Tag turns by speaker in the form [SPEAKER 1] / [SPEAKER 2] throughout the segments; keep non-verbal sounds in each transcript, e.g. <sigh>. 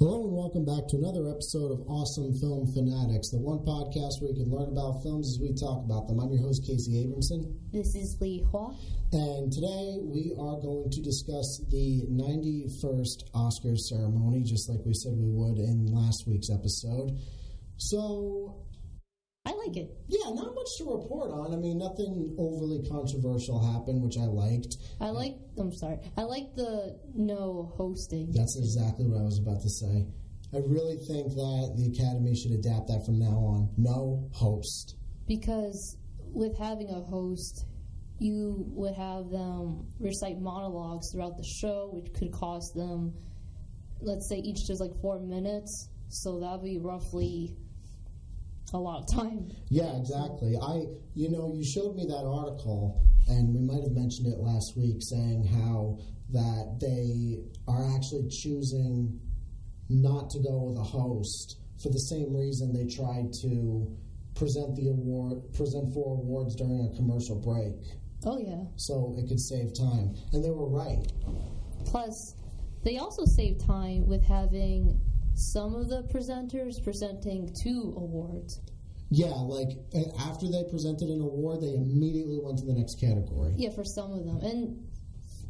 [SPEAKER 1] Hello and welcome back to another episode of Awesome Film Fanatics, the one podcast where you can learn about films as we talk about them. I'm your host, Casey Abramson,
[SPEAKER 2] This is Lee Hua.
[SPEAKER 1] and today we are going to discuss the 91st Oscars ceremony, just like we said we would in last week's episode. So,
[SPEAKER 2] I like it.
[SPEAKER 1] yeah, not much to report on. I mean, nothing overly controversial happened, which I liked.
[SPEAKER 2] I like. I'm sorry. I like the no hosting.
[SPEAKER 1] That's exactly what I was about to say. I really think that the Academy should adapt that from now on. No host.
[SPEAKER 2] because with having a host you would have them recite monologues throughout the show which could cost them let's say each does like four minutes so that would be roughly a lot of time
[SPEAKER 1] Yeah, exactly. I, you know, you showed me that article, and we might have mentioned it last week, saying how that they are actually choosing not to go with a host for the same reason they tried to present the award, present four awards during a commercial break,
[SPEAKER 2] oh yeah
[SPEAKER 1] so it could save time. And they were right.
[SPEAKER 2] plus they also save time with having some of the presenters presenting two awards
[SPEAKER 1] Yeah, like a- after they presented an award, they immediately went to the next category.
[SPEAKER 2] yeah for some of them and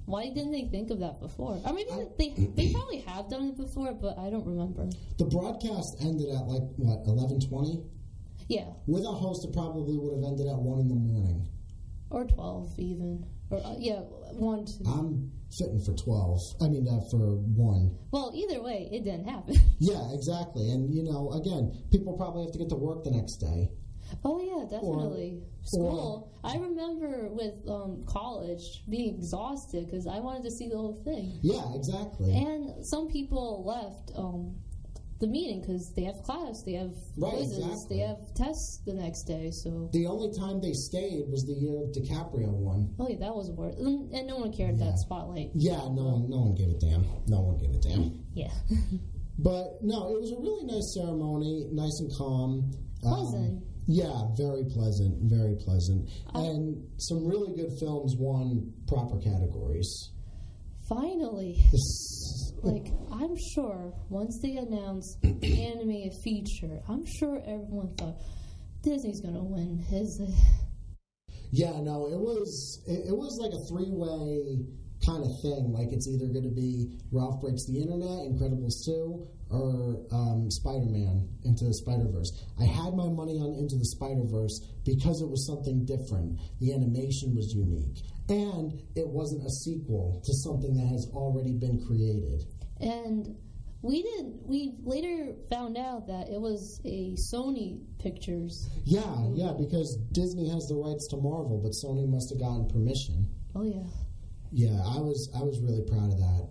[SPEAKER 2] why didn't they think of that before? I mean,
[SPEAKER 1] <clears throat>
[SPEAKER 2] they they probably have done it before, but I don't remember.
[SPEAKER 1] The broadcast ended at like what eleven twenty.
[SPEAKER 2] Yeah,
[SPEAKER 1] With a host, it probably would have ended at one in the morning.
[SPEAKER 2] or 12 even or uh, yeah one two
[SPEAKER 1] I'm fitting for twelve. I mean, uh, for one.
[SPEAKER 2] well either way it didn't happen <laughs>
[SPEAKER 1] Yeah, exactly. And you know, again, people probably have to get to work the next day.
[SPEAKER 2] oh yeah definitely school i remember with um, college being exhausted because i wanted to see the whole thing
[SPEAKER 1] Yeah, exactly.
[SPEAKER 2] and some people left um, the meeting because they have class they have
[SPEAKER 1] Right,
[SPEAKER 2] quizzes
[SPEAKER 1] exactly.
[SPEAKER 2] they have tests the next day so
[SPEAKER 1] the only time they stayed was the year DiCaprio won.
[SPEAKER 2] oh yeah that was worth and and no one cared
[SPEAKER 1] Yeah.
[SPEAKER 2] that spotlight
[SPEAKER 1] Yeah, no one, no one gave a damn. No one gave a damn.
[SPEAKER 2] yeah
[SPEAKER 1] But no, it was a really nice ceremony, nice and calm. Um,
[SPEAKER 2] Pleasant.
[SPEAKER 1] yeah, very pleasant, very pleasant. and some really good films won proper categories.
[SPEAKER 2] finally Like, I'm sure once they announced anime feature, I'm sure everyone thought Disney's gonna win his.
[SPEAKER 1] yeah, no, it was it, it was like a three way kind of thing. Like it's either going to be Ralph Breaks the Internet, Incredibles Two, or um, Spider Man Into the Spider Verse. I had my money on Into the Spider Verse because it was something different. The animation was unique, and it wasn't a sequel to something that has already been created.
[SPEAKER 2] And we did. We later found out that it was a Sony Pictures.
[SPEAKER 1] Yeah, yeah, because Disney has the rights to Marvel, but Sony must have gotten permission.
[SPEAKER 2] Oh yeah,
[SPEAKER 1] Yeah, I was I was really proud of that.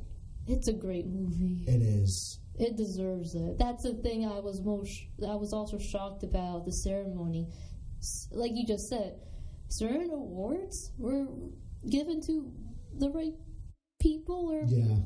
[SPEAKER 2] it's a great movie.
[SPEAKER 1] It is.
[SPEAKER 2] It deserves it. That's the thing I was most. I was also shocked about the ceremony. S- Like you just said, certain awards were given to the right people or
[SPEAKER 1] Yeah.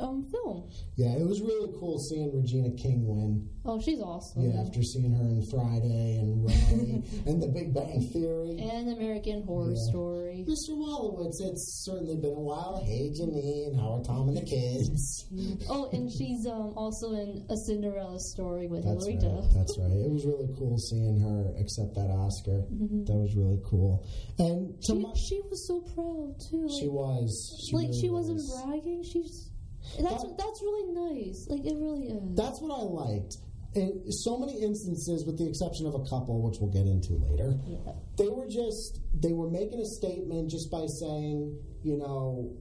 [SPEAKER 2] um film.
[SPEAKER 1] Yeah, it was really cool seeing Regina King win.
[SPEAKER 2] Oh, she's awesome.
[SPEAKER 1] Yeah, after seeing her in Friday and Ray <laughs> and The Big Bang Theory.
[SPEAKER 2] And American Horror
[SPEAKER 1] Yeah. <laughs>
[SPEAKER 2] Story.
[SPEAKER 1] Mr. Wallowitz, it's certainly been a while. Hey, Janine, how are Tom and the kids?
[SPEAKER 2] Oh, and she's um, also in A Cinderella Story with
[SPEAKER 1] That's
[SPEAKER 2] Hilary
[SPEAKER 1] right.
[SPEAKER 2] <laughs> Duff.
[SPEAKER 1] That's right. It was really cool seeing her accept that Oscar. That was really cool. And to
[SPEAKER 2] Mm-hmm. She,
[SPEAKER 1] my,
[SPEAKER 2] she was so proud too. Like
[SPEAKER 1] she was
[SPEAKER 2] like,
[SPEAKER 1] really
[SPEAKER 2] she wasn't
[SPEAKER 1] was.
[SPEAKER 2] bragging. She's that's
[SPEAKER 1] That-
[SPEAKER 2] that's really nice. Like it really is.
[SPEAKER 1] That's what I liked. In so many instances, with the exception of a couple, which we'll get into later,
[SPEAKER 2] Yeah.
[SPEAKER 1] they were just they were making a statement just by saying, you know,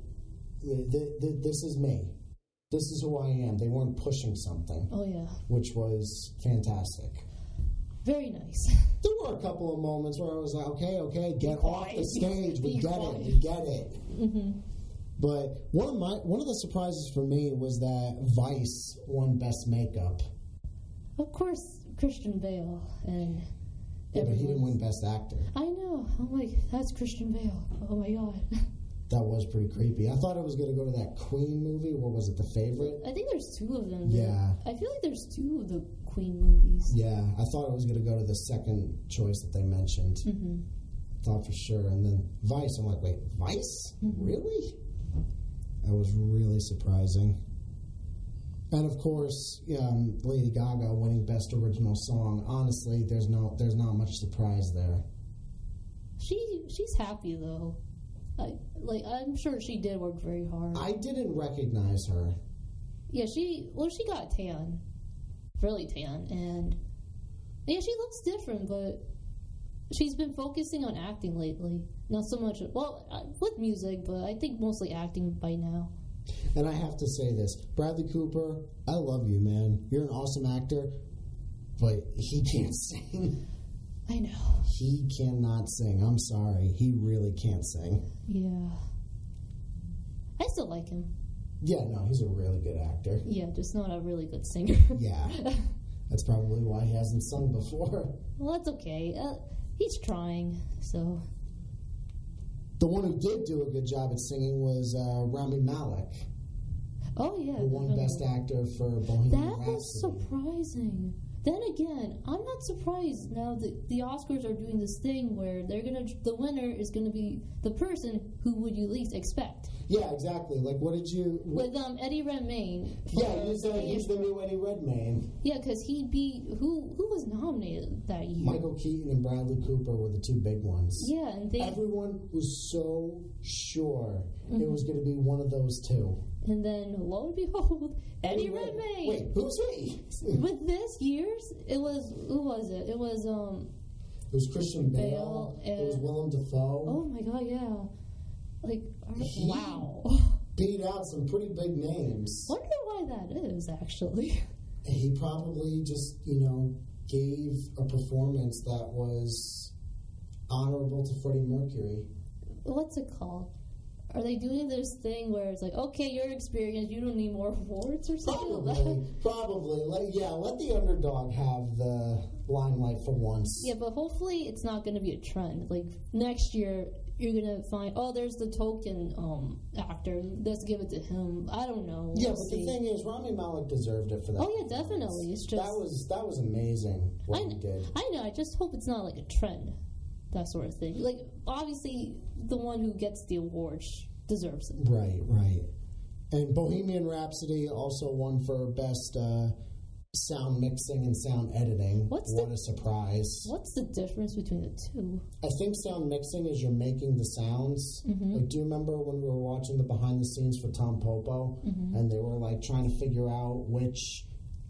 [SPEAKER 1] th- th- this is me, this is who I am. They weren't pushing something,
[SPEAKER 2] Oh yeah,
[SPEAKER 1] which was fantastic.
[SPEAKER 2] very nice.
[SPEAKER 1] There were a couple of moments where I was like, okay, okay, get off the
[SPEAKER 2] quiet.
[SPEAKER 1] stage. We
[SPEAKER 2] Be
[SPEAKER 1] get it.
[SPEAKER 2] quiet. Mm-hmm.
[SPEAKER 1] We get it. But one of my one of the surprises for me was that Vice won Best Makeup.
[SPEAKER 2] of course, Christian Bale and
[SPEAKER 1] Yeah, but he didn't
[SPEAKER 2] everyone.
[SPEAKER 1] win Best Actor.
[SPEAKER 2] I know. I'm like, that's Christian Bale. Oh my god. <laughs>
[SPEAKER 1] That was pretty creepy. I thought it was going to go to that Queen movie. What was it, The Favorite?
[SPEAKER 2] I think there's two of them.
[SPEAKER 1] Yeah.
[SPEAKER 2] I feel like there's two of the Queen movies.
[SPEAKER 1] Yeah, I thought it was going to go to the second choice that they mentioned.
[SPEAKER 2] hmm
[SPEAKER 1] Thought for sure. And then Vice. I'm like, wait, Vice? Really? That was really surprising. And of course, um, Lady Gaga winning Best Original Song. Honestly, there's no, there's not much surprise there.
[SPEAKER 2] She she's happy though. Like like I'm sure she did work very hard.
[SPEAKER 1] I didn't recognize her.
[SPEAKER 2] yeah, she well she got tan, really tan, and yeah, she looks different, but she's been focusing on acting lately. Not so much well uh, with music, but I think mostly acting by now.
[SPEAKER 1] And I have to say this Bradley Cooper, I love you, man. You're an awesome actor, but he can't <laughs> sing.
[SPEAKER 2] I know.
[SPEAKER 1] He cannot sing. I'm sorry. He really can't sing.
[SPEAKER 2] Yeah. I still like him.
[SPEAKER 1] Yeah, no, he's a really good actor.
[SPEAKER 2] Yeah, just not a really good singer.
[SPEAKER 1] Yeah. That's probably why he hasn't sung before.
[SPEAKER 2] <laughs> well, that's okay. Uh, he's trying, so
[SPEAKER 1] The one who did do a good job at singing was uh, Rami Malek,
[SPEAKER 2] oh yeah.
[SPEAKER 1] who won
[SPEAKER 2] definitely.
[SPEAKER 1] Best Actor for Bohemian
[SPEAKER 2] That
[SPEAKER 1] Rhapsody.
[SPEAKER 2] was surprising. Then again, I'm not surprised now that the Oscars are doing this thing where they're gonna the winner is gonna be the person who would you least expect.
[SPEAKER 1] yeah, exactly. Like, what did you? What,
[SPEAKER 2] With um Eddie Redmayne. for
[SPEAKER 1] yeah, he's, uh,
[SPEAKER 2] Zayn.
[SPEAKER 1] he's the new Eddie Redmayne.
[SPEAKER 2] yeah, because he beat who who was nominated that year.
[SPEAKER 1] Michael Keaton and Bradley Cooper were the two big ones.
[SPEAKER 2] Yeah, and they
[SPEAKER 1] Everyone was so sure it
[SPEAKER 2] Mm-hmm.
[SPEAKER 1] was going to be one of those two.
[SPEAKER 2] and then lo
[SPEAKER 1] <laughs>
[SPEAKER 2] and behold, Eddie
[SPEAKER 1] Red-
[SPEAKER 2] Redmayne.
[SPEAKER 1] Wait, who's he? It
[SPEAKER 2] With this year's, it was who was it? It was um
[SPEAKER 1] was Christian Bale.
[SPEAKER 2] Bale
[SPEAKER 1] it was
[SPEAKER 2] and-
[SPEAKER 1] Willem Dafoe.
[SPEAKER 2] oh my god yeah, like
[SPEAKER 1] He-
[SPEAKER 2] wow. <laughs>
[SPEAKER 1] Beat out some pretty big names.
[SPEAKER 2] Wonder why that is actually.
[SPEAKER 1] He probably just, you know, gave a performance that was honorable to Freddie Mercury.
[SPEAKER 2] what's it called? Are they doing this thing where it's like, okay, you're experienced, you don't need more <laughs> awards or something? like that?
[SPEAKER 1] Probably, probably. Let, yeah, let the underdog have the limelight for once.
[SPEAKER 2] yeah, but hopefully it's not going to be a trend. Like next year, you're going to find, oh, there's the token um, actor. Let's give it to him. I don't know.
[SPEAKER 1] Yeah,
[SPEAKER 2] We'll
[SPEAKER 1] but the
[SPEAKER 2] see.
[SPEAKER 1] thing is, Rami Malek deserved it for that.
[SPEAKER 2] Oh, yeah,
[SPEAKER 1] performance.
[SPEAKER 2] definitely. It's just-
[SPEAKER 1] that was that was amazing what
[SPEAKER 2] I
[SPEAKER 1] he
[SPEAKER 2] kn-
[SPEAKER 1] did.
[SPEAKER 2] I know. I just hope it's not like a trend, that sort of thing. Like obviously, the one who gets the award sh- deserves it.
[SPEAKER 1] Right, right. And Bohemian Rhapsody also won for best uh, sound mixing and sound editing.
[SPEAKER 2] What's
[SPEAKER 1] what a surprise!
[SPEAKER 2] What's the difference between the two?
[SPEAKER 1] I think sound mixing is you're making the sounds. Like, do you remember when we were watching the behind the scenes for Tom Popo, and they were like trying to figure out which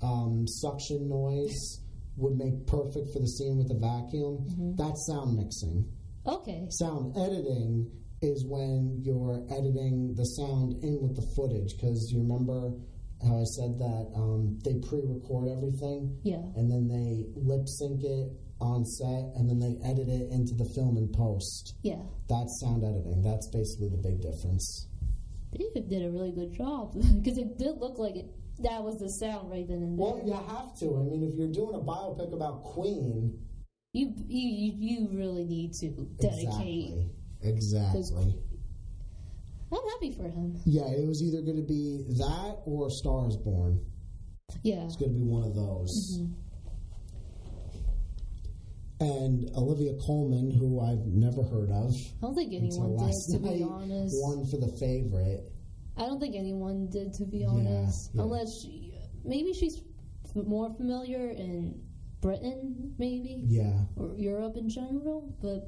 [SPEAKER 1] um, suction noise would make perfect for the scene with the vacuum? That's sound mixing.
[SPEAKER 2] Okay,
[SPEAKER 1] sound editing is when you're editing the sound in with the footage because you remember how I said that um, they pre-record everything
[SPEAKER 2] yeah.
[SPEAKER 1] and then they lip sync it on set and then they edit it into the film in post.
[SPEAKER 2] Yeah,
[SPEAKER 1] That's sound editing. That's basically the big difference.
[SPEAKER 2] David did a really good job <laughs> because it did look like it. That was the sound right then and there.
[SPEAKER 1] Well, you have to. I mean, if you're doing a biopic about Queen,
[SPEAKER 2] You you you you really need to dedicate.
[SPEAKER 1] exactly, exactly.
[SPEAKER 2] I'm happy for him.
[SPEAKER 1] Yeah, it was either going to be that or Stars Born.
[SPEAKER 2] Yeah,
[SPEAKER 1] It's going to be one of those.
[SPEAKER 2] Mm-hmm.
[SPEAKER 1] And Olivia Coleman, who I've never heard of
[SPEAKER 2] I don't think
[SPEAKER 1] until
[SPEAKER 2] anyone
[SPEAKER 1] last
[SPEAKER 2] did to
[SPEAKER 1] night,
[SPEAKER 2] be honest.
[SPEAKER 1] won for the favorite.
[SPEAKER 2] I don't think anyone did to be honest,
[SPEAKER 1] yeah.
[SPEAKER 2] unless she, maybe she's f- more familiar in Britain, maybe
[SPEAKER 1] Yeah,
[SPEAKER 2] or Europe in general. But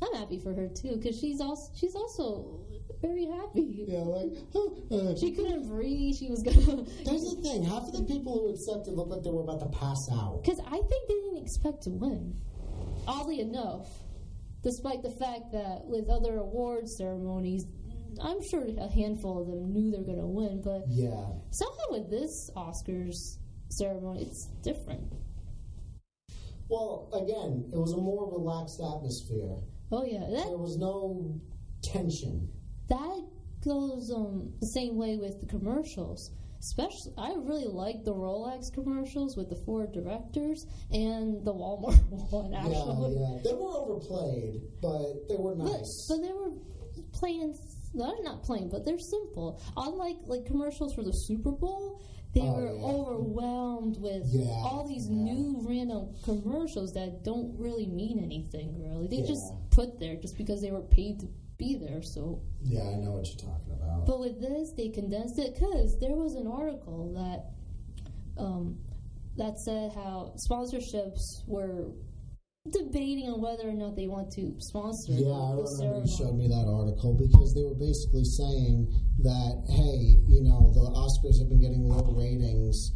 [SPEAKER 2] I'm happy for her too because she's also she's also very happy.
[SPEAKER 1] yeah. Like huh, uh,
[SPEAKER 2] She couldn't breathe. She was gonna.
[SPEAKER 1] there's the thing. Half of the people who accepted looked like they were about to pass out.
[SPEAKER 2] Because I think they didn't expect to win. Oddly enough, despite the fact that with other award ceremonies, I'm sure a handful of them knew they're going to win, but
[SPEAKER 1] Yeah,
[SPEAKER 2] somehow with this Oscars ceremony, it's different.
[SPEAKER 1] Well, again, it was a more relaxed atmosphere.
[SPEAKER 2] Oh yeah,
[SPEAKER 1] There
[SPEAKER 2] that
[SPEAKER 1] was no tension.
[SPEAKER 2] that goes um, the same way with the commercials. Especially, I really like the Rolex commercials with the four directors and the Walmart <laughs> one. Actually,
[SPEAKER 1] Yeah, yeah. They were overplayed, but they were
[SPEAKER 2] But,
[SPEAKER 1] nice.
[SPEAKER 2] but they were plain. They're not plain, but they're simple. Unlike like commercials for the Super Bowl, they
[SPEAKER 1] Oh,
[SPEAKER 2] were
[SPEAKER 1] yeah.
[SPEAKER 2] overwhelmed with
[SPEAKER 1] Yeah,
[SPEAKER 2] all these
[SPEAKER 1] yeah.
[SPEAKER 2] new random commercials that don't really mean anything. Really, they just
[SPEAKER 1] Yeah.
[SPEAKER 2] put there just because they were paid to be there. So,
[SPEAKER 1] Yeah, I know what you're talking about.
[SPEAKER 2] but with this, they condensed it because there was an article that um, that said how sponsorships were debating on whether or not they want to sponsor.
[SPEAKER 1] Yeah, I remember
[SPEAKER 2] the
[SPEAKER 1] you
[SPEAKER 2] ceremony.
[SPEAKER 1] showed me that article because they were basically saying that, hey, you know, the Oscars have been getting low ratings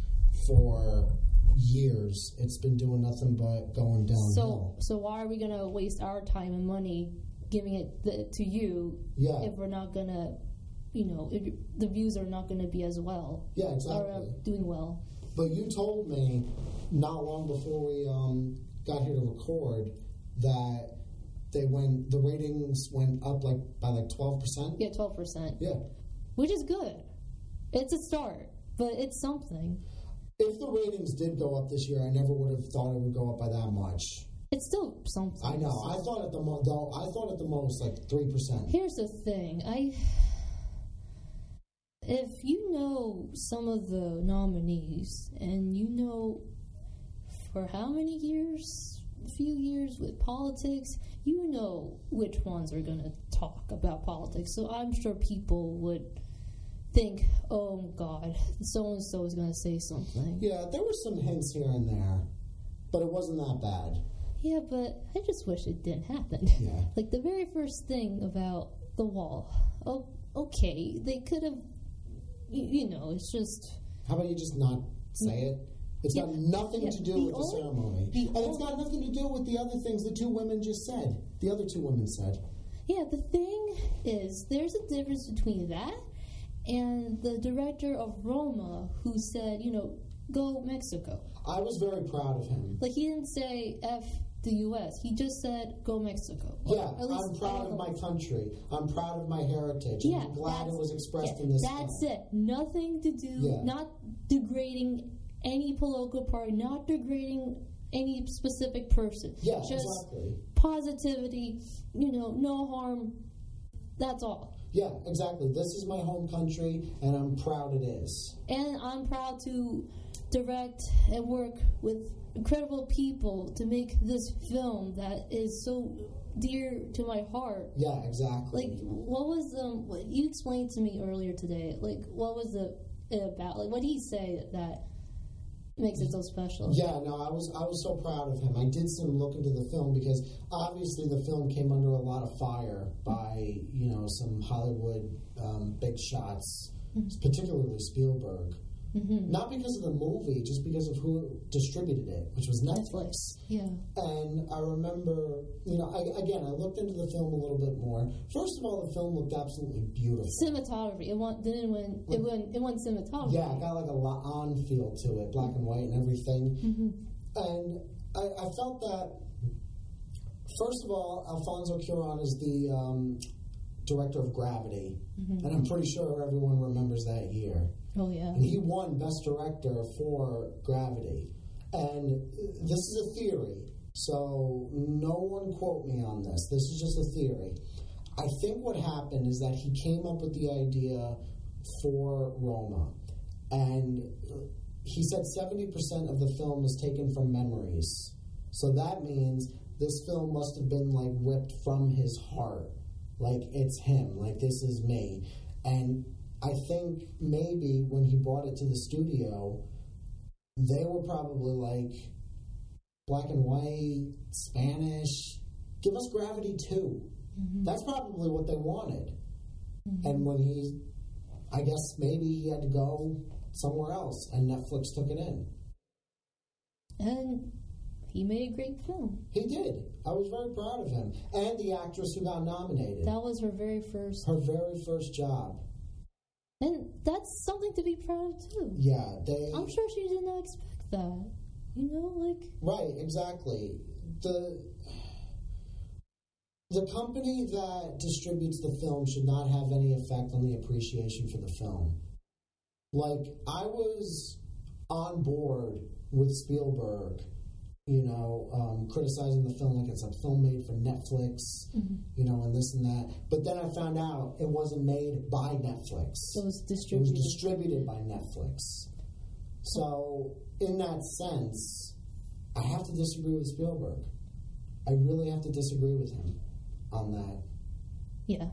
[SPEAKER 1] for years. It's been doing nothing but going
[SPEAKER 2] So,
[SPEAKER 1] downhill.
[SPEAKER 2] so why are we gonna waste our time and money giving it th- to you
[SPEAKER 1] yeah,
[SPEAKER 2] if we're not gonna, you know, if you- the views are not gonna be as well
[SPEAKER 1] yeah,
[SPEAKER 2] or uh,
[SPEAKER 1] exactly.
[SPEAKER 2] doing well?
[SPEAKER 1] But you told me not long before we um, got here to record that they went the ratings went up like by like twelve percent.
[SPEAKER 2] Yeah, twelve percent,
[SPEAKER 1] Yeah.
[SPEAKER 2] which is good. It's a start, but it's something.
[SPEAKER 1] If the ratings did go up this year, I never would have thought it would go up by that much.
[SPEAKER 2] It's still something.
[SPEAKER 1] I know. I thought at the mo- though, I thought at the most like three percent.
[SPEAKER 2] Here's the thing, I. If you know some of the nominees and you know for how many years, few years with politics, you know which ones are going to talk about politics. So I'm sure people would think, oh God, so and so is going to say something.
[SPEAKER 1] Yeah, there were some hints here and there, but it wasn't that bad.
[SPEAKER 2] Yeah, but I just wish it didn't happen. <laughs>
[SPEAKER 1] Yeah.
[SPEAKER 2] Like the very first thing about the wall. Oh, okay. They could have, you, you know, it's just
[SPEAKER 1] How about you just not say it? It's got nothing
[SPEAKER 2] Yeah,
[SPEAKER 1] to do
[SPEAKER 2] the
[SPEAKER 1] with the
[SPEAKER 2] only-
[SPEAKER 1] ceremony,
[SPEAKER 2] the
[SPEAKER 1] and it's got nothing to do with the other things the two women just said. The other two women said.
[SPEAKER 2] yeah. The thing is, there's a difference between that and the director of Roma who said, you know, go Mexico.
[SPEAKER 1] I was very proud of him.
[SPEAKER 2] Like he didn't say f the U.S. He just said go Mexico. Or
[SPEAKER 1] Yeah, I'm proud of my country. I'm proud of my heritage.
[SPEAKER 2] Yeah,
[SPEAKER 1] I'm glad it
[SPEAKER 2] that's-
[SPEAKER 1] was expressed
[SPEAKER 2] Yeah,
[SPEAKER 1] in this.
[SPEAKER 2] that's
[SPEAKER 1] film.
[SPEAKER 2] it. Nothing to do,
[SPEAKER 1] Yeah.
[SPEAKER 2] not degrading any political party, not degrading any specific person.
[SPEAKER 1] Yeah,
[SPEAKER 2] Just
[SPEAKER 1] exactly.
[SPEAKER 2] positivity, you know, no harm. That's all.
[SPEAKER 1] Yeah, exactly. This is my home country, and I'm proud it is.
[SPEAKER 2] And I'm proud to direct and work with incredible people to make this film that is so dear to my heart.
[SPEAKER 1] Yeah, exactly.
[SPEAKER 2] Like, what was the what you explained to me earlier today? Like, what was the it about? Like, what did he say that makes it so special?
[SPEAKER 1] Yeah, no, I was I was so proud of him. I did some look into the film because obviously the film came under a lot of fire by you know some Hollywood um, big shots, particularly Spielberg.
[SPEAKER 2] Mm-hmm.
[SPEAKER 1] Not because of the movie, just because of who distributed it, which was Netflix.
[SPEAKER 2] Yeah.
[SPEAKER 1] And I remember, you know, I, again, I looked into the film a little bit more. First of all, the film looked absolutely beautiful.
[SPEAKER 2] Cinematography. It won. Didn't win. It won. It won cinematography.
[SPEAKER 1] Yeah, it got like a lot on feel to it, black and white and everything.
[SPEAKER 2] Mhm.
[SPEAKER 1] And I, I felt that, first of all, Alfonso Cuaron is the um, director of Gravity, and I'm pretty sure everyone remembers that year.
[SPEAKER 2] Oh yeah.
[SPEAKER 1] And he won Best Director for Gravity. And this is a theory, so no one quote me on this. This is just a theory. I think what happened is that he came up with the idea for Roma, and he said 70% of the film was taken from memories. So that means this film must have been like ripped from his heart. Like it's him, like this is me. And I think maybe when he brought it to the studio, they were probably like black and white, Spanish, give us gravity too. That's probably what they wanted. And when he, I guess maybe he had to go somewhere else and Netflix took it in.
[SPEAKER 2] And he made a great film.
[SPEAKER 1] He did. I was very proud of him. And the actress who got nominated.
[SPEAKER 2] That was her very first,
[SPEAKER 1] her very first job.
[SPEAKER 2] and that's something to be proud of too.
[SPEAKER 1] Yeah, they.
[SPEAKER 2] I'm sure she did not expect that. You know, like
[SPEAKER 1] Right, exactly. The the company that distributes the film should not have any effect on the appreciation for the film. Like I was on board with Spielberg, you know, um, criticizing the film like it's a film made for Netflix, you know, and this and that. But then I found out it wasn't made by Netflix.
[SPEAKER 2] it was
[SPEAKER 1] It was
[SPEAKER 2] distributed.
[SPEAKER 1] distributed by Netflix. So, in that sense, I have to disagree with Spielberg. I really have to disagree with him on that.
[SPEAKER 2] Yeah.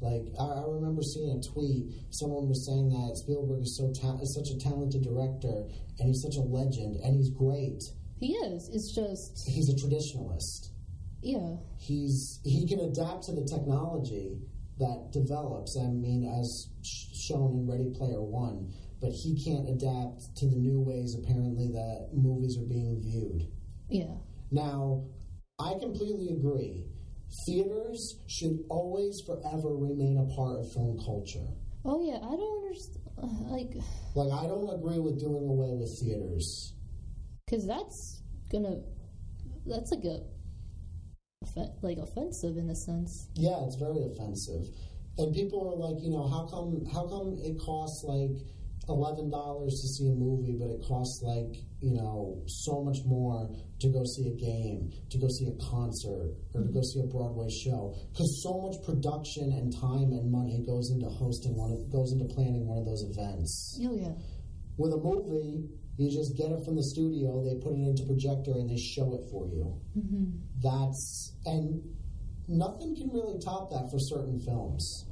[SPEAKER 1] Like I, I remember seeing a tweet. Someone was saying that Spielberg is so ta- is such a talented director, and he's such a legend, and he's great.
[SPEAKER 2] He is. It's just,
[SPEAKER 1] He's a traditionalist.
[SPEAKER 2] yeah.
[SPEAKER 1] He's he can adapt to the technology that develops. I mean, as sh- shown in Ready Player One, but he can't adapt to the new ways apparently that movies are being viewed.
[SPEAKER 2] Yeah.
[SPEAKER 1] Now, I completely agree. Theaters should always, forever remain a part of film culture.
[SPEAKER 2] Oh, yeah. I don't understand. Like,
[SPEAKER 1] Like, I don't agree with doing away with theaters.
[SPEAKER 2] because that's gonna, that's like a, offen- like offensive in a sense.
[SPEAKER 1] Yeah, it's very offensive. And people are like, you know, how come how come it costs like eleven dollars to see a movie, but it costs like you know so much more to go see a game, to go see a concert, or to go see a Broadway show? Because so much production and time and money goes into hosting one of goes into planning one of those events.
[SPEAKER 2] Oh, yeah.
[SPEAKER 1] With a movie, you just get it from the studio, they put it into projector, and they show it for you.
[SPEAKER 2] Mm-hmm.
[SPEAKER 1] That's and nothing can really top that for certain films.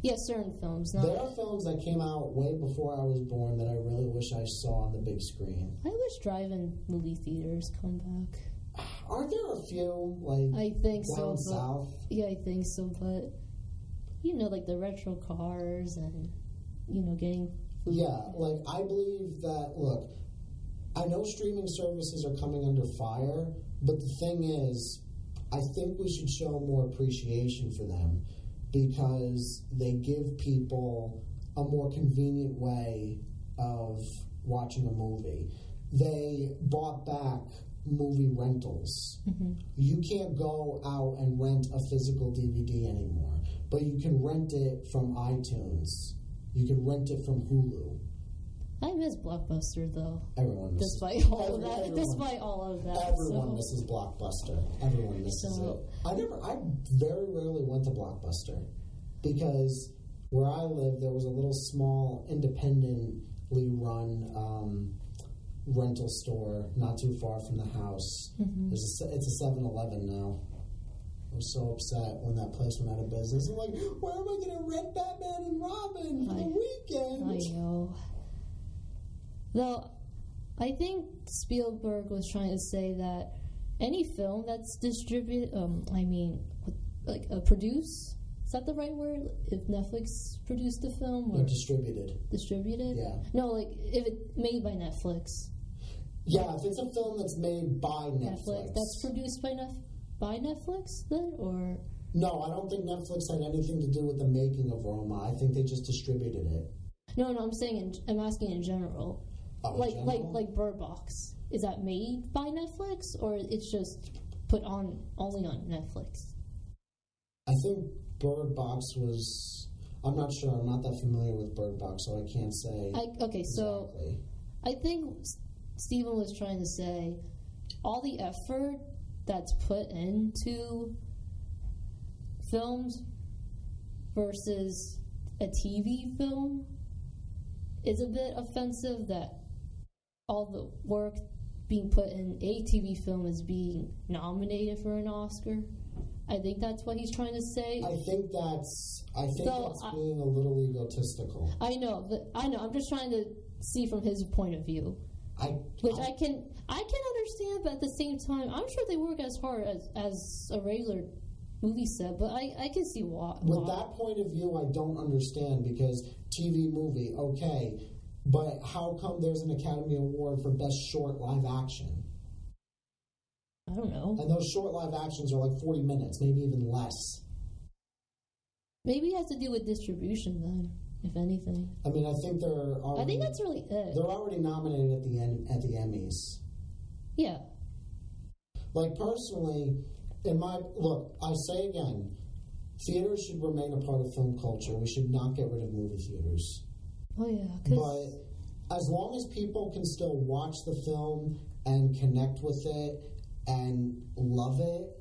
[SPEAKER 2] Yeah, certain films. Not.
[SPEAKER 1] There are films that came out way before I was born that I really wish I saw on the big screen.
[SPEAKER 2] I wish drive-in movie theaters come back.
[SPEAKER 1] Are there a few like
[SPEAKER 2] I think so.
[SPEAKER 1] down
[SPEAKER 2] but-
[SPEAKER 1] south?
[SPEAKER 2] Yeah, I think so, but you know, like the retro cars and you know, getting food.
[SPEAKER 1] Yeah, like I believe that. Look, I know streaming services are coming under fire, but the thing is, I think we should show more appreciation for them because they give people a more convenient way of watching a movie. They bought back movie rentals.
[SPEAKER 2] Mhm.
[SPEAKER 1] You can't go out and rent a physical DVD anymore, but you can rent it from iTunes. You can rent it from Hulu.
[SPEAKER 2] I miss Blockbuster though,
[SPEAKER 1] Everyone misses.
[SPEAKER 2] despite all of
[SPEAKER 1] Every-
[SPEAKER 2] that.
[SPEAKER 1] everyone-
[SPEAKER 2] Despite all of that,
[SPEAKER 1] Everyone
[SPEAKER 2] so-
[SPEAKER 1] misses Blockbuster. Everyone misses
[SPEAKER 2] So-
[SPEAKER 1] it. I never. I very rarely went to Blockbuster because where I lived, there was a little small, independently run um, rental store not too far from the house.
[SPEAKER 2] Mhm.
[SPEAKER 1] There's a, se- it's a 7-Eleven now. I was so upset when that place went out of business. I'm like, where am I going to rent Batman and Robin for the
[SPEAKER 2] I- Mm-hmm. I
[SPEAKER 1] weekend?
[SPEAKER 2] know. Though, I think Spielberg was trying to say that any film that's distributed, um, I mean, like uh, produce. Is that the right word? If Netflix produced a film
[SPEAKER 1] They're
[SPEAKER 2] or
[SPEAKER 1] distributed.
[SPEAKER 2] distributed?
[SPEAKER 1] Yeah.
[SPEAKER 2] No, like if it made by Netflix.
[SPEAKER 1] Yeah, if it's a film that's made by Netflix.
[SPEAKER 2] Netflix. That's produced by Nef- by Netflix then or
[SPEAKER 1] no, I don't think Netflix had anything to do with the making of Roma. I think they just distributed it.
[SPEAKER 2] no no I'm saying in, I'm asking in general
[SPEAKER 1] Oh, in
[SPEAKER 2] like like
[SPEAKER 1] general?
[SPEAKER 2] like Bird Box is that made by Netflix or it's just put on only on Netflix
[SPEAKER 1] I think Bird Box was. I'm not sure. I'm not that familiar with Bird Box, so I can't say.
[SPEAKER 2] I okay so
[SPEAKER 1] exactly.
[SPEAKER 2] I think S- Steven was trying to say all the effort that's put into films versus a TV film is a bit offensive that all the work being put in a TV film is being nominated for an Oscar. I think that's what he's trying to say.
[SPEAKER 1] I think that's. I think
[SPEAKER 2] So,
[SPEAKER 1] that's
[SPEAKER 2] I-
[SPEAKER 1] being a little egotistical.
[SPEAKER 2] I know, but I know. I'm just trying to see from his point of view.
[SPEAKER 1] I.
[SPEAKER 2] which I can I can understand, but at the same time, I'm sure they work as hard as, as a regular movie set. But I, I can see why.
[SPEAKER 1] with
[SPEAKER 2] why.
[SPEAKER 1] that point of view, I don't understand because TV movie, okay, but how come there's an Academy Award for best short live action?
[SPEAKER 2] I don't know.
[SPEAKER 1] And those short live actions are like 40 minutes, maybe even less.
[SPEAKER 2] Maybe it has to do with distribution then, if anything.
[SPEAKER 1] I mean, I think they're already,
[SPEAKER 2] I think that's really it.
[SPEAKER 1] they're already nominated at the end at the Emmys.
[SPEAKER 2] Yeah.
[SPEAKER 1] Like personally, in my look, I say again, theaters should remain a part of film culture. We should not get rid of movie theaters.
[SPEAKER 2] Oh yeah.
[SPEAKER 1] But
[SPEAKER 2] 'cause-
[SPEAKER 1] as long as people can still watch the film and connect with it and love it,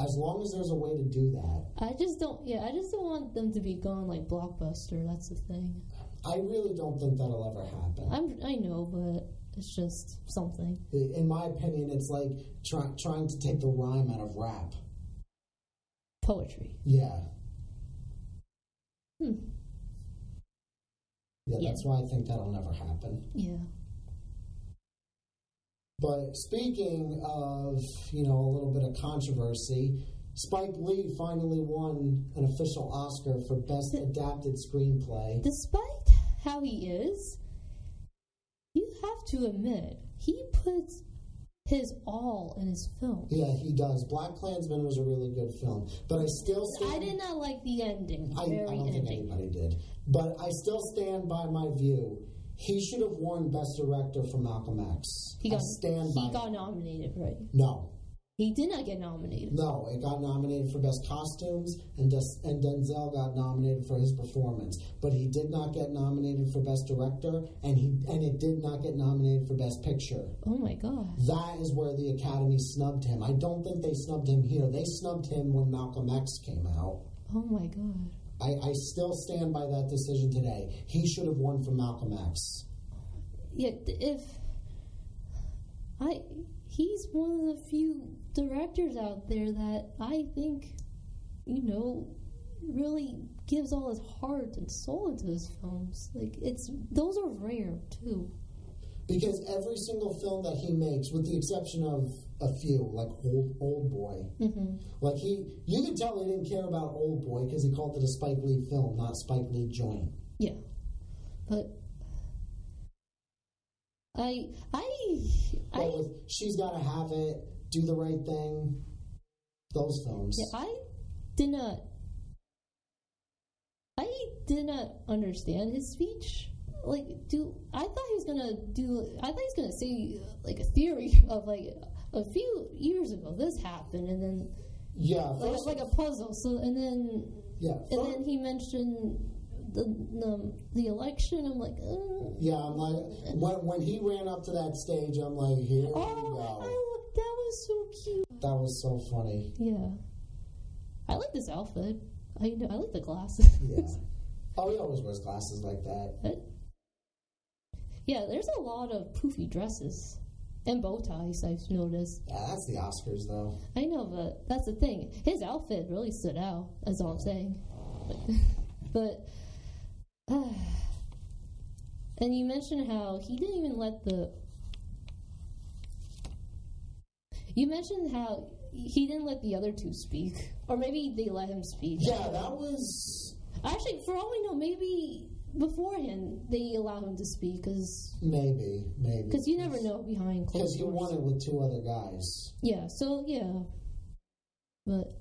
[SPEAKER 1] as long as there's a way to do that,
[SPEAKER 2] I just don't. Yeah, I just don't want them to be gone like blockbuster. That's the thing.
[SPEAKER 1] I really don't think that'll ever happen.
[SPEAKER 2] I'm. I know, but it's just something.
[SPEAKER 1] in my opinion, it's like try, trying to take the rhyme out of rap.
[SPEAKER 2] poetry.
[SPEAKER 1] Yeah.
[SPEAKER 2] Hmm.
[SPEAKER 1] Yeah,
[SPEAKER 2] Yeah.
[SPEAKER 1] that's why I think that'll never happen.
[SPEAKER 2] Yeah.
[SPEAKER 1] But speaking of, you know, a little bit of controversy, Spike Lee finally won an official Oscar for Best Adapted Screenplay.
[SPEAKER 2] Despite how he is, you have to admit he puts his all in his film.
[SPEAKER 1] Yeah, he does. Black Klansman was a really good film, but I still stand.
[SPEAKER 2] I did not like the ending.
[SPEAKER 1] I, I
[SPEAKER 2] very
[SPEAKER 1] don't think
[SPEAKER 2] ending.
[SPEAKER 1] anybody did, but I still stand by my view. He should have won Best Director for Malcolm X.
[SPEAKER 2] He
[SPEAKER 1] I
[SPEAKER 2] got
[SPEAKER 1] stand by.
[SPEAKER 2] he got nominated, right?
[SPEAKER 1] no,
[SPEAKER 2] He did not get nominated.
[SPEAKER 1] no, it got nominated for Best Costumes, and Des- and Denzel got nominated for his performance, but he did not get nominated for Best Director, and he and it did not get nominated for Best Picture.
[SPEAKER 2] Oh my god.
[SPEAKER 1] That is where the Academy snubbed him. I don't think they snubbed him here. They snubbed him when Malcolm X came out.
[SPEAKER 2] Oh my god.
[SPEAKER 1] I, I still stand by that decision today. He should have won for Malcolm X.
[SPEAKER 2] Yeah, th- if I he's one of the few directors out there that I think you know really gives all his heart and soul into his films. Like it's those are rare too.
[SPEAKER 1] Because every single film that he makes, with the exception of a few, like Old Old Boy,
[SPEAKER 2] Mm-hmm.
[SPEAKER 1] like he, you could tell he didn't care about Old Boy because he called it a Spike Lee film, not Spike Lee joint.
[SPEAKER 2] Yeah, but I I
[SPEAKER 1] But
[SPEAKER 2] I
[SPEAKER 1] with She's Gotta Have It, Do the Right Thing, those films.
[SPEAKER 2] Yeah, I did not. I did not understand his speech. Like, do I thought he was gonna do? I thought he was gonna say like a theory of like a few years ago this happened, and then
[SPEAKER 1] Yeah,
[SPEAKER 2] like,
[SPEAKER 1] first,
[SPEAKER 2] like a puzzle. So and then
[SPEAKER 1] yeah,
[SPEAKER 2] and
[SPEAKER 1] fir-
[SPEAKER 2] then he mentioned the the, the election. I'm like, uh,
[SPEAKER 1] yeah. I'm like, when, when he ran up to that stage, I'm like, here we
[SPEAKER 2] oh,
[SPEAKER 1] go.
[SPEAKER 2] I, that was so cute.
[SPEAKER 1] That was so funny.
[SPEAKER 2] Yeah, I like this outfit. I I like the glasses.
[SPEAKER 1] Yeah. Oh, he always wears glasses like that.
[SPEAKER 2] Yeah, there's a lot of poofy dresses and bow ties. I've noticed.
[SPEAKER 1] Yeah, that's the Oscars, though.
[SPEAKER 2] I know, but that's the thing. His outfit really stood out. That's all I'm saying. <laughs> But, <sighs> uh, and you mentioned how he didn't even let the. You mentioned how he didn't let the other two speak, or maybe they let him speak.
[SPEAKER 1] Yeah, that was
[SPEAKER 2] Actually, for all we know, maybe beforehand they allow him to speak because
[SPEAKER 1] maybe, maybe
[SPEAKER 2] because you never know behind
[SPEAKER 1] because
[SPEAKER 2] closed
[SPEAKER 1] you
[SPEAKER 2] doors.
[SPEAKER 1] won it with two other guys.
[SPEAKER 2] Yeah, so yeah. But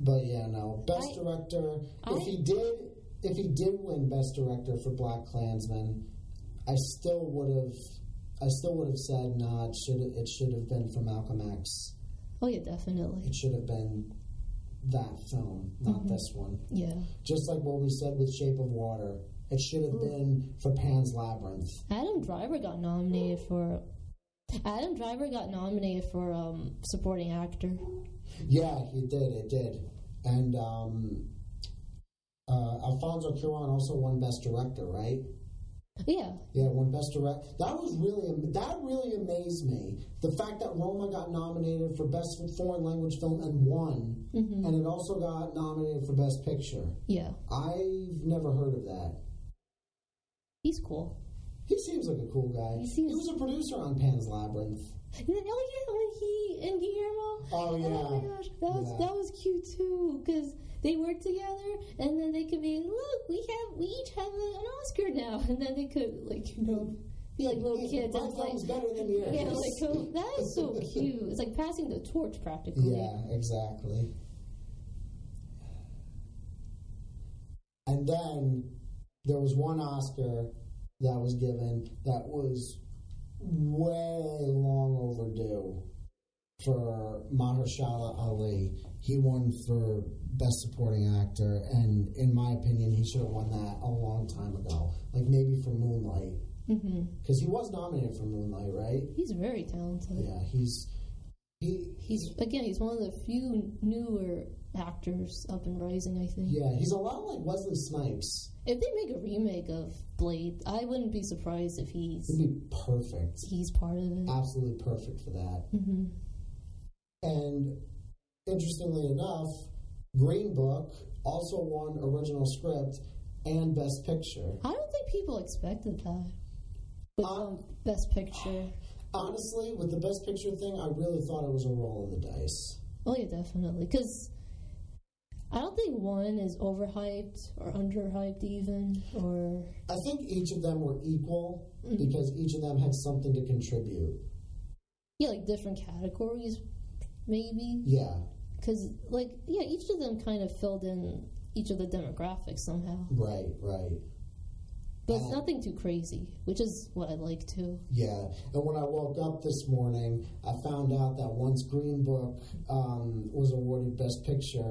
[SPEAKER 1] But yeah, no, best
[SPEAKER 2] I-
[SPEAKER 1] director.
[SPEAKER 2] I-
[SPEAKER 1] if he did, if he did win best director for Black Klansman, I still would have. I still would have said, nah, it should it should have been for Malcolm X.
[SPEAKER 2] oh yeah, definitely.
[SPEAKER 1] It should have been that film, not
[SPEAKER 2] Mm-hmm.
[SPEAKER 1] this one.
[SPEAKER 2] Yeah.
[SPEAKER 1] Just like what we said with Shape of Water, it should have
[SPEAKER 2] Ooh.
[SPEAKER 1] been for Pan's Labyrinth.
[SPEAKER 2] Adam Driver got nominated for Adam Driver got nominated for um supporting actor.
[SPEAKER 1] Yeah, he did. It did. And um, uh, Alfonso Cuarón also won Best Director, right?
[SPEAKER 2] Yeah.
[SPEAKER 1] Yeah, won Best Director. That was really that really amazed me. The fact that Roma got nominated for Best Foreign Language Film and won,
[SPEAKER 2] hmm
[SPEAKER 1] and it also got nominated for Best Picture.
[SPEAKER 2] Yeah.
[SPEAKER 1] I've never heard of that.
[SPEAKER 2] He's cool.
[SPEAKER 1] He seems like a cool guy.
[SPEAKER 2] He seems-
[SPEAKER 1] he was a producer on Pan's Labyrinth.
[SPEAKER 2] And then, oh yeah, when he and Guillermo.
[SPEAKER 1] Oh
[SPEAKER 2] Oh
[SPEAKER 1] yeah.
[SPEAKER 2] my gosh, that was
[SPEAKER 1] Yeah.
[SPEAKER 2] that was cute too because they work together and then they could be look we have we each have an Oscar now <laughs> and then they could like you know be <laughs> like little
[SPEAKER 1] Yeah,
[SPEAKER 2] kids
[SPEAKER 1] my
[SPEAKER 2] and it's like
[SPEAKER 1] film's better than yours.
[SPEAKER 2] Yeah, like so that is so cute. It's like passing the torch practically.
[SPEAKER 1] Yeah, exactly. And then there was one Oscar that was given that was way long overdue for Mahershala Ali. He won for Best Supporting Actor, and in my opinion, he should have won that a long time ago. Like maybe for Moonlight,
[SPEAKER 2] hmm
[SPEAKER 1] because he was nominated for Moonlight, right?
[SPEAKER 2] He's very talented.
[SPEAKER 1] Yeah, he's he
[SPEAKER 2] He's again, he's one of the few newer actors up and rising. I think
[SPEAKER 1] Yeah, he's a lot like Wesley Snipes.
[SPEAKER 2] if they make a remake of Blade, I wouldn't be surprised if he's
[SPEAKER 1] He'd be perfect.
[SPEAKER 2] he's part of it.
[SPEAKER 1] Absolutely perfect for that.
[SPEAKER 2] hmm
[SPEAKER 1] And interestingly enough, Green Book also won original script and Best Picture.
[SPEAKER 2] I don't think people expected that. With,
[SPEAKER 1] Uh,
[SPEAKER 2] um, best picture.
[SPEAKER 1] Honestly, with the Best Picture thing, I really thought it was a roll of the dice.
[SPEAKER 2] Oh yeah, definitely. Because I don't think one is overhyped or underhyped even. Or
[SPEAKER 1] I think each of them were equal because each of them had something to contribute.
[SPEAKER 2] yeah, like different categories, maybe.
[SPEAKER 1] Yeah,
[SPEAKER 2] Because like yeah, each of them kind of filled in each of the demographics somehow.
[SPEAKER 1] right, right.
[SPEAKER 2] But it's
[SPEAKER 1] Uh,
[SPEAKER 2] nothing too crazy, which is what I like too.
[SPEAKER 1] Yeah, and when I woke up this morning, I found out that once Green Book um, was awarded Best Picture,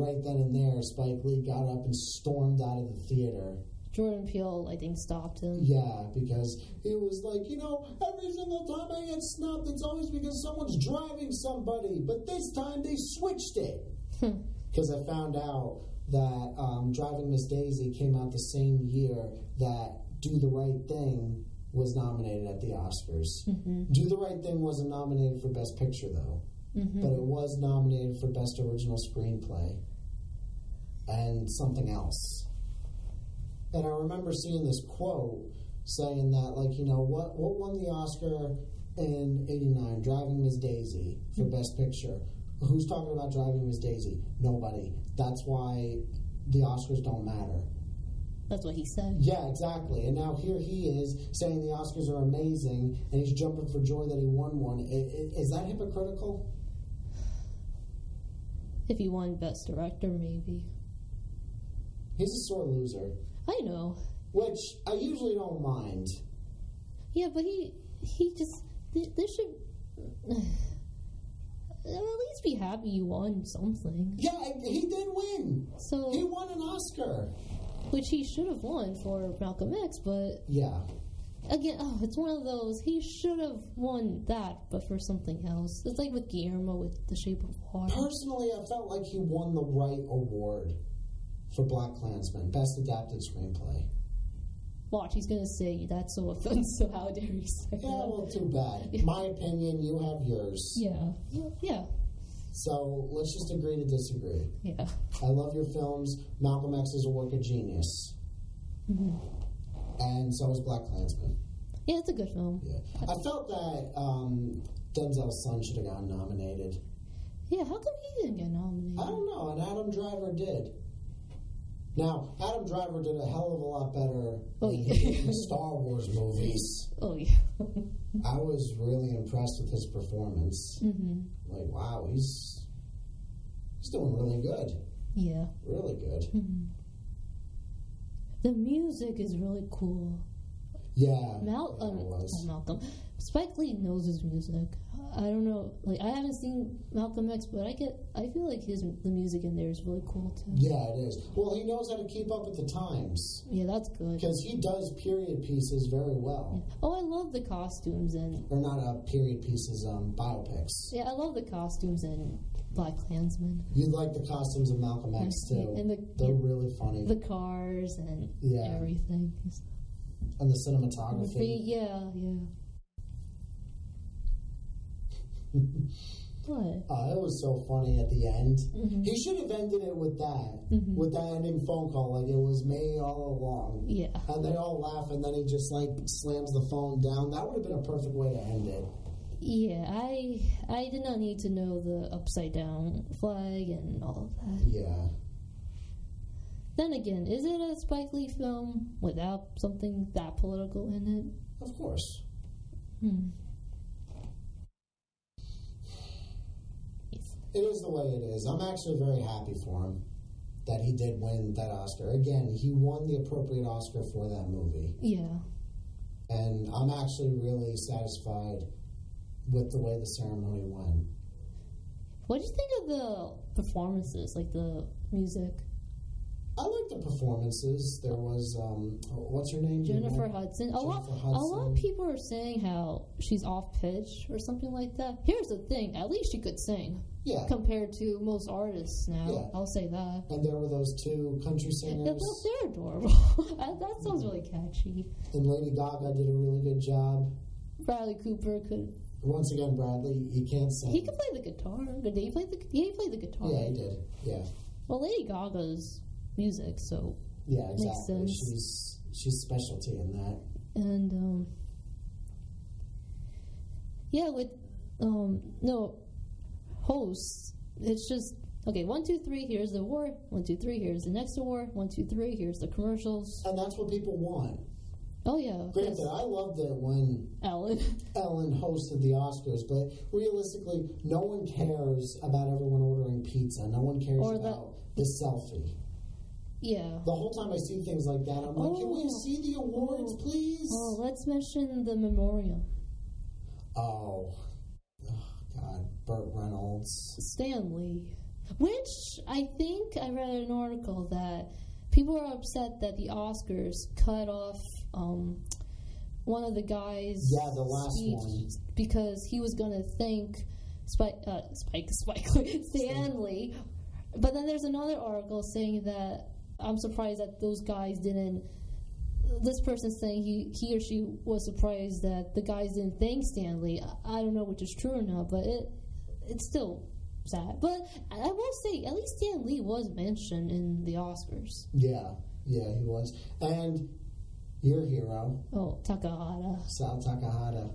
[SPEAKER 1] right then and there, Spike Lee got up and stormed out of the theater.
[SPEAKER 2] Jordan Peele, I think, stopped him. <laughs>
[SPEAKER 1] Yeah, because he was like, you know, every single time I get snubbed, it's always because someone's driving somebody, but this time they switched it.
[SPEAKER 2] Hmm.
[SPEAKER 1] Because I found out that um, Driving Miss Daisy came out the same year that Do the Right Thing was nominated at the Oscars.
[SPEAKER 2] hmm
[SPEAKER 1] Do the Right Thing wasn't nominated for Best Picture, though, but
[SPEAKER 2] hmm
[SPEAKER 1] it was nominated for Best Original Screenplay and something else. And I remember seeing this quote saying that, like, you know, what, what won the Oscar in 89? Driving Miss Daisy for Best Picture. Who's talking about Driving Miss Daisy? Nobody. That's why the Oscars don't matter.
[SPEAKER 2] That's what he said.
[SPEAKER 1] Yeah, exactly. And now here he is saying the Oscars are amazing, and he's jumping for joy that he won one. I- I- Is that hypocritical?
[SPEAKER 2] If he won Best Director, maybe.
[SPEAKER 1] He's a sore loser,
[SPEAKER 2] I know.
[SPEAKER 1] which I usually don't mind.
[SPEAKER 2] Yeah, but he he just th- this should <sighs> at least be happy you won something.
[SPEAKER 1] Yeah, I- he did win. He
[SPEAKER 2] So
[SPEAKER 1] won an Oscar.
[SPEAKER 2] which he should have won for Malcolm X, but
[SPEAKER 1] Yeah,
[SPEAKER 2] again, oh, it's one of those he should have won that, but for something else. It's like with Guillermo with The Shape of Water.
[SPEAKER 1] personally, I felt like he won the right award for Black Klansman, Best Adapted Screenplay.
[SPEAKER 2] Watch, he's gonna say that's so offensive. <laughs> How dare he say
[SPEAKER 1] Yeah,
[SPEAKER 2] that?
[SPEAKER 1] well, too bad. My opinion, you have yours.
[SPEAKER 2] Yeah, yeah,
[SPEAKER 1] So let's just agree to disagree.
[SPEAKER 2] yeah.
[SPEAKER 1] I love your films. Malcolm X is a work of genius. And so is Black Klansman.
[SPEAKER 2] Mm-hmm. Yeah, it's a good film.
[SPEAKER 1] Yeah. I felt that um, Denzel's son should have gotten nominated.
[SPEAKER 2] Yeah, how come he didn't get nominated?
[SPEAKER 1] I don't know, and Adam Driver did. Now, Adam Driver did a hell of a lot better
[SPEAKER 2] Oh,
[SPEAKER 1] than
[SPEAKER 2] yeah.
[SPEAKER 1] he did in the Star Wars movies.
[SPEAKER 2] Oh yeah. <laughs>
[SPEAKER 1] I was really impressed with his performance.
[SPEAKER 2] hmm
[SPEAKER 1] Like, wow, he's he's doing really good.
[SPEAKER 2] Yeah.
[SPEAKER 1] Really good.
[SPEAKER 2] Mhm. The music is really cool.
[SPEAKER 1] Yeah.
[SPEAKER 2] Mal-
[SPEAKER 1] yeah,
[SPEAKER 2] um,
[SPEAKER 1] it was.
[SPEAKER 2] oh, Malcolm. Spike Lee knows his music. I don't know. Like I haven't seen Malcolm X, but I get. I feel like his the music in there is really cool too.
[SPEAKER 1] Yeah, it is. Well, he knows how to keep up with the times.
[SPEAKER 2] Yeah, that's good.
[SPEAKER 1] because he does period pieces very well,
[SPEAKER 2] Oh, I love the costumes and
[SPEAKER 1] or not uh, period pieces, um, biopics.
[SPEAKER 2] yeah, I love the costumes and Black Klansman.
[SPEAKER 1] You like the costumes of Malcolm X too;
[SPEAKER 2] And the
[SPEAKER 1] they're really funny,
[SPEAKER 2] the cars and
[SPEAKER 1] Yeah.
[SPEAKER 2] everything.
[SPEAKER 1] and the cinematography.
[SPEAKER 2] Yeah, yeah.
[SPEAKER 1] <laughs>
[SPEAKER 2] What?
[SPEAKER 1] Oh, it was so funny at the end.
[SPEAKER 2] Mhm.
[SPEAKER 1] He should have ended it with that,
[SPEAKER 2] Mhm.
[SPEAKER 1] with that ending phone call, like it was me all along.
[SPEAKER 2] Yeah.
[SPEAKER 1] And they all laugh, and then he just like slams the phone down. That would have been a perfect way to end it.
[SPEAKER 2] Yeah, I I did not need to know the upside down flag and all of that.
[SPEAKER 1] Yeah,
[SPEAKER 2] Then again, is it a Spike Lee film without something that political in
[SPEAKER 1] of course.
[SPEAKER 2] it? Hmm. Yes.
[SPEAKER 1] It is the way it is. I'm actually very happy for him that he did win that Oscar. Again, he won the appropriate Oscar for that movie.
[SPEAKER 2] Yeah.
[SPEAKER 1] And I'm actually really satisfied with the way the ceremony went.
[SPEAKER 2] What do you think of the performances, like the music?
[SPEAKER 1] I like the performances. There was, um, what's her name?
[SPEAKER 2] Jennifer Hudson. A lot,
[SPEAKER 1] Jennifer
[SPEAKER 2] a lot of
[SPEAKER 1] Hudson.
[SPEAKER 2] people are saying how she's off pitch or something like that. Here's the thing: at least she could sing
[SPEAKER 1] Yeah.
[SPEAKER 2] compared to most artists now.
[SPEAKER 1] Yeah.
[SPEAKER 2] I'll say that.
[SPEAKER 1] And there were those two country
[SPEAKER 2] Yeah, those-
[SPEAKER 1] singers.
[SPEAKER 2] they're adorable. <laughs> Uh, that sounds really catchy.
[SPEAKER 1] And Lady Gaga did a really good job.
[SPEAKER 2] Bradley Cooper could
[SPEAKER 1] Once again, Bradley, he can't sing.
[SPEAKER 2] he could play the guitar. Did he play the yeah he played the guitar?
[SPEAKER 1] yeah, he did. Yeah.
[SPEAKER 2] Well, Lady Gaga's music, so
[SPEAKER 1] Yeah,
[SPEAKER 2] Makes
[SPEAKER 1] exactly.
[SPEAKER 2] sense.
[SPEAKER 1] She's she's specialty in that.
[SPEAKER 2] and um, yeah, with um, no hosts, it's just okay. One, two, three. Here's the award. One, two, three. Here's the next award. One, two, three. Here's the commercials.
[SPEAKER 1] And that's what people want.
[SPEAKER 2] Oh yeah,
[SPEAKER 1] Granted,
[SPEAKER 2] that's
[SPEAKER 1] I loved it when
[SPEAKER 2] Ellen.
[SPEAKER 1] Ellen hosted the Oscars, but realistically, no one cares about everyone ordering pizza. No one cares
[SPEAKER 2] Or the-
[SPEAKER 1] about the selfie.
[SPEAKER 2] <laughs> yeah.
[SPEAKER 1] The whole time I see things like that, I'm like, can we
[SPEAKER 2] Oh.
[SPEAKER 1] see the awards, please?
[SPEAKER 2] Oh, let's mention the memorial.
[SPEAKER 1] Oh, oh God, Burt Reynolds.
[SPEAKER 2] Stanley, which I think I read an article that people are upset that the Oscars cut off um, one of the guys.
[SPEAKER 1] Yeah, the last
[SPEAKER 2] speech
[SPEAKER 1] one.
[SPEAKER 2] because he was going to thank Spike, uh, Spike, <laughs> Spike Stanley. But then there's another article saying that I'm surprised that those guys didn't. This person's saying he, he or she was surprised that the guys didn't thank Stanley. I, I don't know which is true or not, but it it's still sad. But I I will say, at least Stan Lee was mentioned in the Oscars.
[SPEAKER 1] Yeah, yeah, he was. And your hero,
[SPEAKER 2] Oh, Takahata.
[SPEAKER 1] Sal Takahata.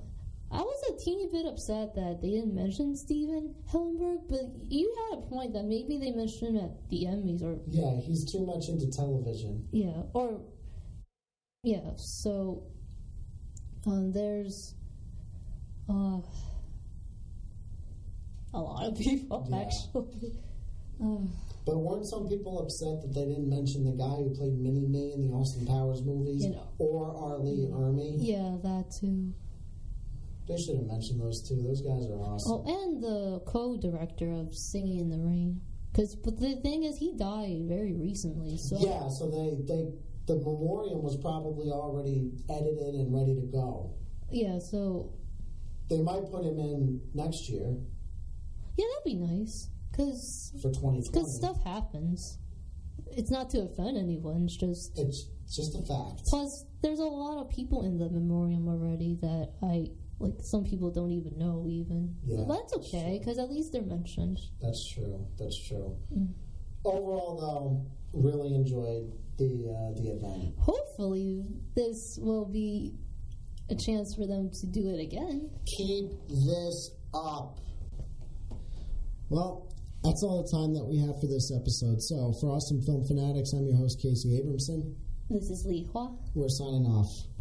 [SPEAKER 2] I was a teeny bit upset that they didn't mention Steven Hillenburg, but you had a point that maybe they mentioned him at the Emmys or
[SPEAKER 1] Yeah, he's too much into television.
[SPEAKER 2] Yeah, or yeah. So um, there's uh, a lot of <laughs> people
[SPEAKER 1] Yeah. Mm-hmm.
[SPEAKER 2] actually. Uh,
[SPEAKER 1] But weren't some people upset that they didn't mention the guy who played Mini Me in the Austin Powers movies
[SPEAKER 2] You know.
[SPEAKER 1] or Arlie and Army?
[SPEAKER 2] yeah, that too.
[SPEAKER 1] They should have mentioned those two. Those guys are awesome.
[SPEAKER 2] Oh, and the co-director of Singing in the Rain. Cause, but the thing is, he died very recently. So
[SPEAKER 1] yeah, so they, they the memoriam was probably already edited and ready to go.
[SPEAKER 2] yeah, so
[SPEAKER 1] They might put him in next year
[SPEAKER 2] yeah, that'd be nice. Cause,
[SPEAKER 1] for 2020.
[SPEAKER 2] 'cause stuff happens. It's not to offend anyone. It's just
[SPEAKER 1] It's just a fact.
[SPEAKER 2] Plus, there's a lot of people in the memoriam already that I like. Some people don't even know even.
[SPEAKER 1] Yeah,
[SPEAKER 2] But that's okay because at least they're mentioned.
[SPEAKER 1] That's true. That's true.
[SPEAKER 2] Mm.
[SPEAKER 1] Overall, though, really enjoyed the uh, the event.
[SPEAKER 2] Hopefully, this will be a chance for them to do it again.
[SPEAKER 1] Keep this up. Well, that's all the time that we have for this episode. So, for Awesome Film Fanatics, I'm your host, Casey Abramson.
[SPEAKER 2] This is Lee Hua.
[SPEAKER 1] We're signing off.